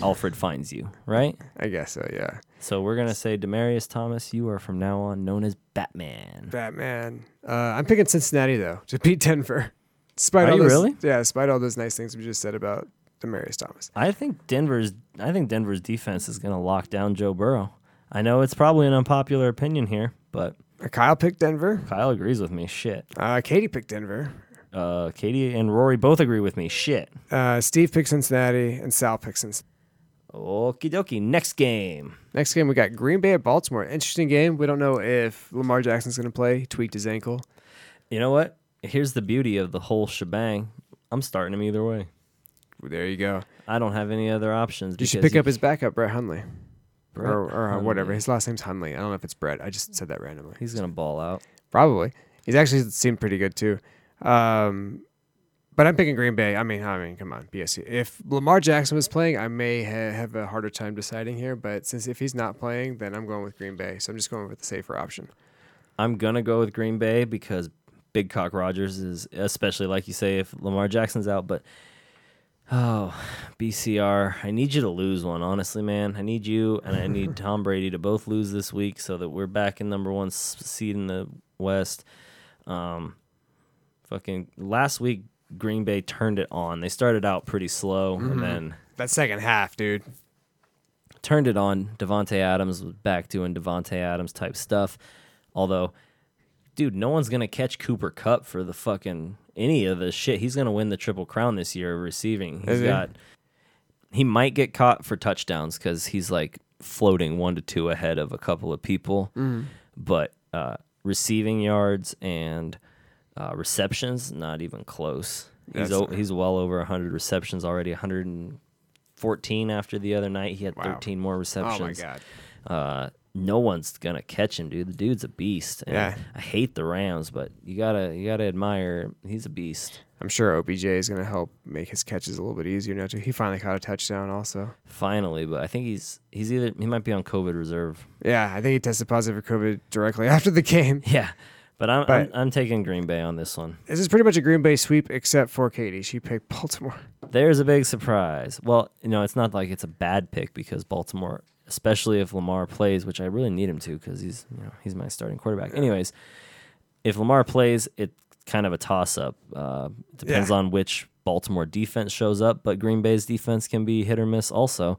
S2: Alfred finds you, right?
S1: I guess so. Yeah,
S2: So we're going to say, Demarius Thomas, you are from now on known as Batman.
S1: Batman. Uh, I'm picking Cincinnati though to beat Denver. Despite
S2: Are
S1: all
S2: you
S1: those,
S2: really?
S1: Yeah, despite all those nice things we just said about Demarius Thomas.
S2: I think Denver's I think Denver's defense is going to lock down Joe Burrow. I know it's probably an unpopular opinion here, but
S1: Uh, Kyle picked Denver.
S2: Kyle agrees with me. Shit.
S1: Uh, Katie picked Denver.
S2: Uh, Katie and Rory both agree with me. Shit.
S1: Uh, Steve picked Cincinnati, and Sal picked Cincinnati.
S2: Okie dokie. Next game.
S1: Next game, we got Green Bay at Baltimore. Interesting game. We don't know if Lamar Jackson's going to play. He tweaked his ankle.
S2: You know what? Here's the beauty of the whole shebang. I'm starting him either way.
S1: There you go.
S2: I don't have any other options.
S1: You should
S2: because
S1: pick up his backup, Brett Hundley.
S2: Brett
S1: or, or uh, whatever.
S2: Hundley.
S1: His last name's Hunley. I don't know if it's Brett. I just said that randomly.
S2: He's gonna ball out.
S1: Probably. He's actually seemed pretty good too. Um, but I'm picking Green Bay. I mean, I mean, come on, BSC. If Lamar Jackson was playing, I may ha- have a harder time deciding here. But since if he's not playing, then I'm going with Green Bay. So I'm just going with the safer option.
S2: I'm gonna go with Green Bay because Big Cock Rogers is especially like you say if Lamar Jackson's out, but oh BCR, I need you to lose one, honestly, man. I need you and I need Tom Brady to both lose this week so that we're back in number one s- seed in the West. Um, fucking last week Green Bay turned it on. They started out pretty slow and then
S1: That second half, dude.
S2: turned it on. Devonte Adams was back doing Devonte Adams type stuff. Although, dude, no one's gonna catch Cooper Cup for the fucking any of this shit. He's gonna win the triple crown this year receiving. He's
S1: Is he?
S2: got. He might get caught for touchdowns because he's like floating one to two ahead of a couple of people. But uh, receiving yards and uh, receptions, not even close. He's
S1: That's-
S2: o- he's well over 100 receptions already, 114 after the other night. He had
S1: Wow.
S2: 13 more receptions.
S1: Oh my god.
S2: Uh, no one's gonna catch him, dude. The dude's a beast. And
S1: Yeah.
S2: I hate the Rams, but you gotta you gotta admire. He's a beast.
S1: I'm sure OBJ is going to help make his catches a little bit easier now too. He finally caught a touchdown also.
S2: Finally, but I think he's he's either he might be on COVID reserve.
S1: Yeah, I think he tested positive for COVID directly after the game.
S2: Yeah, but I'm I'm,
S1: But-
S2: I'm taking Green Bay on this one.
S1: This is pretty much a Green Bay sweep except for Katie. She picked Baltimore.
S2: There's a big surprise. Well, you know, it's not like it's a bad pick because Baltimore, especially if Lamar plays, which I really need him to because he's you know he's my starting quarterback. Anyways, if Lamar plays, it's kind of a toss up. Uh, depends
S1: Yeah.
S2: on which Baltimore defense shows up, but Green Bay's defense can be hit or miss also.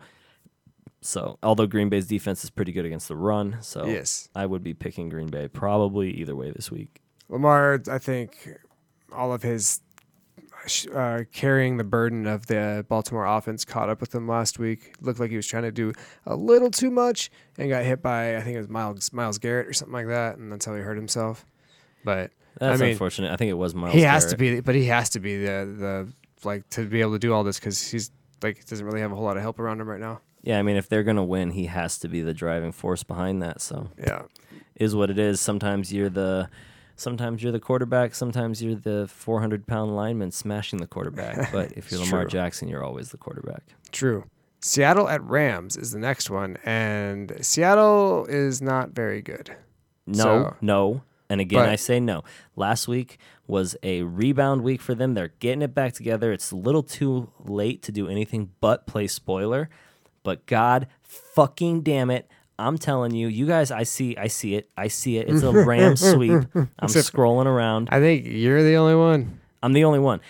S2: So, although Green Bay's defense is pretty good against the run, so
S1: Yes.
S2: I would be picking Green Bay probably either way this week.
S1: Lamar, I think all of his sh- uh, carrying the burden of the Baltimore offense caught up with him last week. Looked like he was trying to do a little too much and got hit by I think it was Miles Miles Garrett or something like that, and that's how he hurt himself. But
S2: That's
S1: I mean,
S2: unfortunate. I think it was Miles.
S1: he has to
S2: Garrett.
S1: be, but he has to be the the like to be able to do all this because he's like doesn't really have a whole lot of help around him right now.
S2: Yeah, I mean, if they're gonna win, he has to be the driving force behind that. So
S1: Yeah,
S2: is what it is. Sometimes you're the, sometimes you're the quarterback. Sometimes you're the 400 pound lineman smashing the quarterback. But if you're
S1: It's
S2: Lamar
S1: true.
S2: Jackson, you're always the quarterback.
S1: true. Seattle at Rams is the next one, and Seattle is not very good.
S2: No,
S1: So-
S2: no. And again,
S1: But-
S2: I say no. Last week was a rebound week for them. They're getting it back together. It's a little too late to do anything but play spoiler. But God fucking damn it. I'm telling you, you guys, I see, I see it, I see it. It's a Ram sweep. I'm scrolling around.
S1: I think you're the only one.
S2: I'm the only one.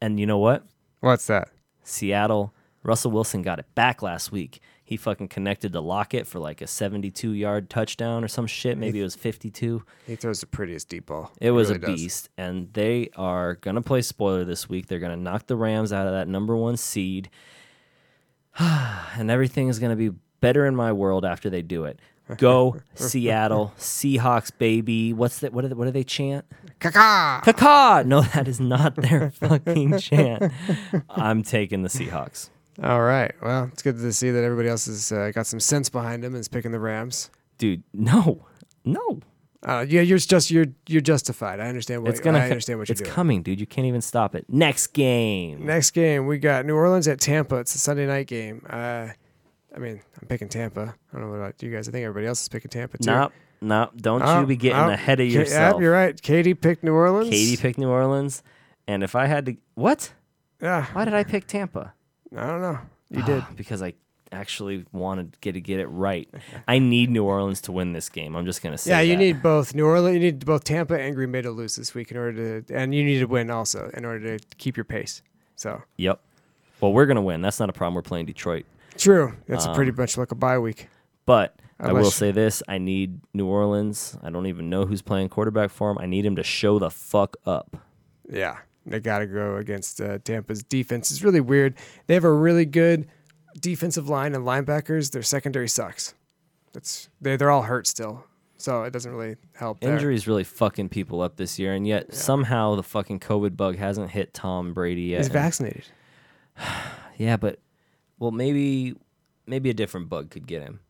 S2: And you know what?
S1: What's that?
S2: Seattle, Russell Wilson got it back last week. He fucking connected to Lockett for like a 72 yard touchdown or some shit. Maybe it was 52.
S1: He throws the prettiest deep ball.
S2: It was
S1: really
S2: a
S1: does.
S2: beast. And they are going to play spoiler this week. They're going to knock the Rams out of that number one seed. and everything is going to be better in my world after they do it. Go Seattle Seahawks, baby! What's that? What do they, what do they chant?
S1: Caca!
S2: Caca! No, that is not their fucking chant. I'm taking the Seahawks.
S1: All right. Well, it's good to see that everybody else has uh, got some sense behind him and is picking the Rams.
S2: dude no no
S1: Uh, yeah, you're just you're you're justified. I understand what
S2: it's gonna
S1: I understand what you're
S2: it's
S1: doing.
S2: coming dude you can't even stop it next game
S1: Next game, we got New Orleans at Tampa. It's a Sunday night game. Uh, I mean, I'm picking Tampa. I don't know what about you guys. I think everybody else is picking Tampa too.
S2: nope nope don't
S1: Oh,
S2: you be getting
S1: oh,
S2: ahead of
S1: Ka-
S2: yourself
S1: Yep, you're right. Katie picked New Orleans.
S2: katie picked new orleans and if i had to what
S1: Yeah,
S2: why did i pick tampa
S1: I don't know.
S2: Ah,
S1: You did.
S2: because i actually wanted to get, to get it right i need new orleans to win this game i'm just gonna say
S1: Yeah, you
S2: that.
S1: need both New Orleans. You need both Tampa and Green Bay to lose this week in order to, and you need to win also in order to keep your pace. So
S2: yep well we're gonna win that's not a problem we're playing detroit
S1: true. That's
S2: Um,
S1: a pretty much like a bye week.
S2: But I will
S1: Unless-
S2: say this: I need New Orleans. I don't even know who's playing quarterback for him. I need him to show the fuck up.
S1: Yeah, they got to go against uh, Tampa's defense. It's really weird. They have a really good defensive line and linebackers. Their secondary sucks. That's they they're all hurt still, so it doesn't really help. there.
S2: Injuries really fucking people up this year, and yet somehow the fucking COVID bug hasn't hit Tom Brady yet.
S1: He's
S2: And-
S1: vaccinated.
S2: Yeah, but well, maybe maybe a different bug could get him.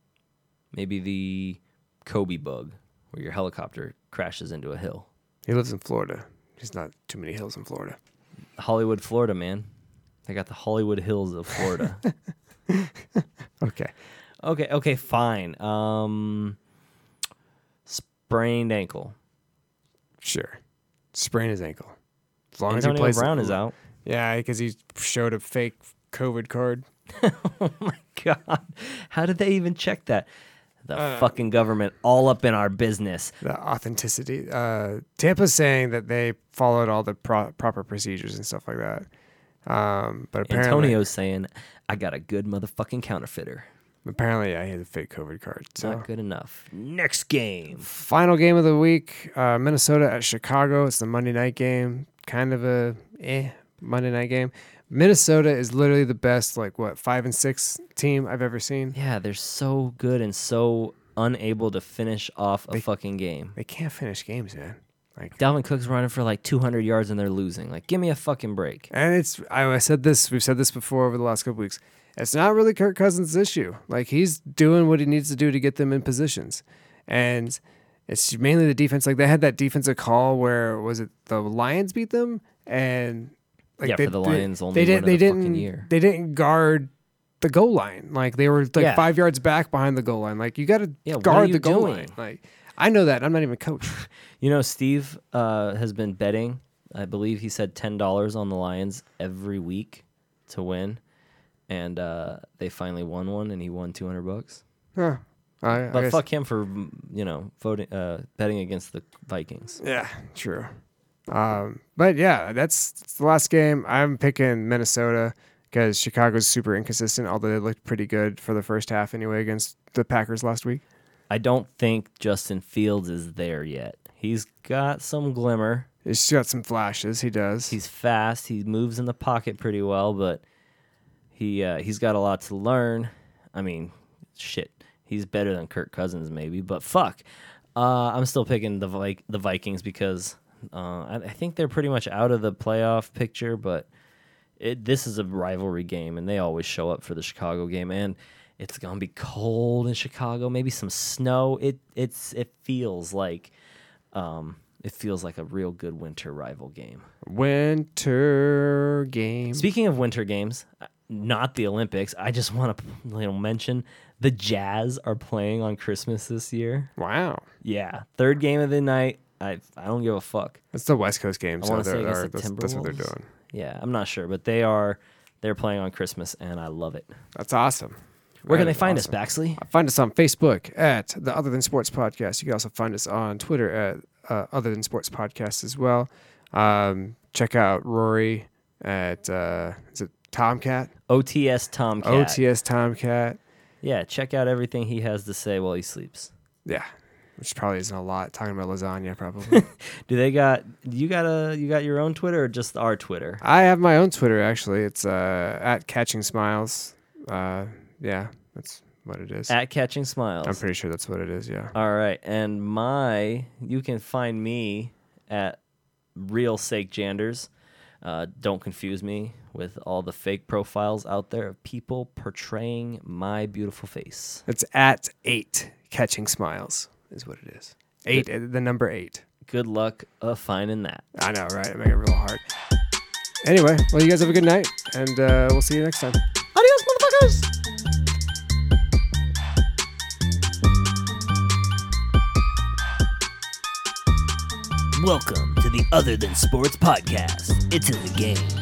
S2: Maybe the Kobe bug, where your helicopter crashes into a hill.
S1: He lives in Florida. There's not too many hills in Florida.
S2: Hollywood, Florida, man. They got the Hollywood Hills of Florida.
S1: Okay.
S2: okay, okay, fine. Um, sprained ankle.
S1: Sure. Sprain his ankle. As long as he
S2: Antonio
S1: plays.
S2: Brown is out.
S1: Yeah, because he showed a fake COVID card.
S2: Oh my god! How did they even check that? The
S1: Uh.
S2: fucking government all up in our business.
S1: The authenticity. Uh, Tampa's saying that they followed all the pro- proper procedures and stuff like that. Um, but apparently,
S2: Antonio's saying, "I got a good motherfucking counterfeiter.
S1: apparently, yeah, he had a fake COVID card. So.
S2: Not good enough." Next game.
S1: Final game of the week, uh, Minnesota at Chicago. It's the Monday night game. Kind of a eh Monday night game. Minnesota is literally the best, like what five and six team I've ever seen.
S2: Yeah, they're so good and so unable to finish off a fucking game.
S1: They can't finish games, man. Like,
S2: Dalvin Cook's running for like 200 yards and they're losing. Like, give me a fucking break.
S1: and it's I, I said this. We've said this before over the last couple weeks. It's not really Kirk Cousins' issue. Like he's doing what he needs to do to get them in positions, and it's mainly the defense. Like they had that defensive call where was it the Lions beat them and like
S2: Yeah,
S1: they,
S2: for the
S1: they-
S2: Lions, only
S1: they
S2: one
S1: didn't
S2: of
S1: they
S2: the fucking
S1: didn't
S2: year.
S1: they didn't guard the goal line. Like they were like
S2: Yeah.
S1: five yards back behind the goal line. Like you got to
S2: Yeah, what are
S1: guard
S2: you
S1: the goal
S2: doing?
S1: line. Like I know that I'm not even a coach.
S2: You know, Steve uh, has been betting, I believe he said $10 on the Lions every week to win. And uh, they finally won one and he won 200 bucks.
S1: huh. I, I
S2: But
S1: guess-
S2: fuck him for, mm, you know, voting, uh, betting against the Vikings.
S1: Yeah, true. Um, but yeah, that's, that's the last game. I'm picking Minnesota because Chicago's super inconsistent, although they looked pretty good for the first half anyway against the Packers last week.
S2: I don't think Justin Fields is there yet. He's got some glimmer.
S1: He's got some flashes. He does.
S2: He's fast. He moves in the pocket pretty well, but he uh, he's got a lot to learn. I mean, shit, he's better than Kirk Cousins maybe, but fuck, uh, I'm still picking the Vi- the Vikings because uh, I, I think they're pretty much out of the playoff picture. But it, this is a rivalry game, and they always show up for the Chicago game, and it's gonna be cold in Chicago. Maybe some snow. It it's it feels like. Um, it feels like a real good winter rival game.
S1: Winter game.
S2: Speaking of winter games, uh, not the Olympics, I just want to you know, mention the Jazz are playing on Christmas this year.
S1: Wow.
S2: Yeah, third game of the night. I I don't give a fuck.
S1: That's the West Coast game. So
S2: wanna say
S1: they're,
S2: against
S1: they're-
S2: the
S1: that's, that's what they're
S2: Timberwolves.
S1: doing.
S2: Yeah, I'm not sure, but they are they're playing on Christmas, and I love it.
S1: That's awesome.
S2: Where can
S1: That
S2: they
S1: is
S2: find
S1: awesome.
S2: us, Baxley?
S1: Find us on Facebook at the Other Than Sports Podcast. You can also find us on Twitter at uh, Other Than Sports Podcast as well. Um, check out Rory at uh, is it Tomcat?
S2: OTS Tomcat.
S1: OTS Tomcat.
S2: Yeah, check out everything he has to say while he sleeps.
S1: Yeah, which probably isn't a lot. Talking about lasagna, probably.
S2: Do they got you got a you got your own Twitter or just our Twitter?
S1: I have my own Twitter actually. It's uh, at Catching Smiles. Uh, yeah, that's what it is.
S2: At Catching Smiles.
S1: I'm pretty sure that's what it is. Yeah.
S2: All right, and my you can find me at real sake janders. Uh, don't confuse me with all the fake profiles out there of people portraying my beautiful face.
S1: It's at eight Catching Smiles is what it is. Eight, uh, the number eight.
S2: Good luck uh, finding that.
S1: I know, right? I make it real hard. Anyway, well, you guys have a good night, and uh, we'll see you next time.
S2: Adios, motherfuckers.
S3: Welcome to the Other Than Sports Podcast. It's in the game.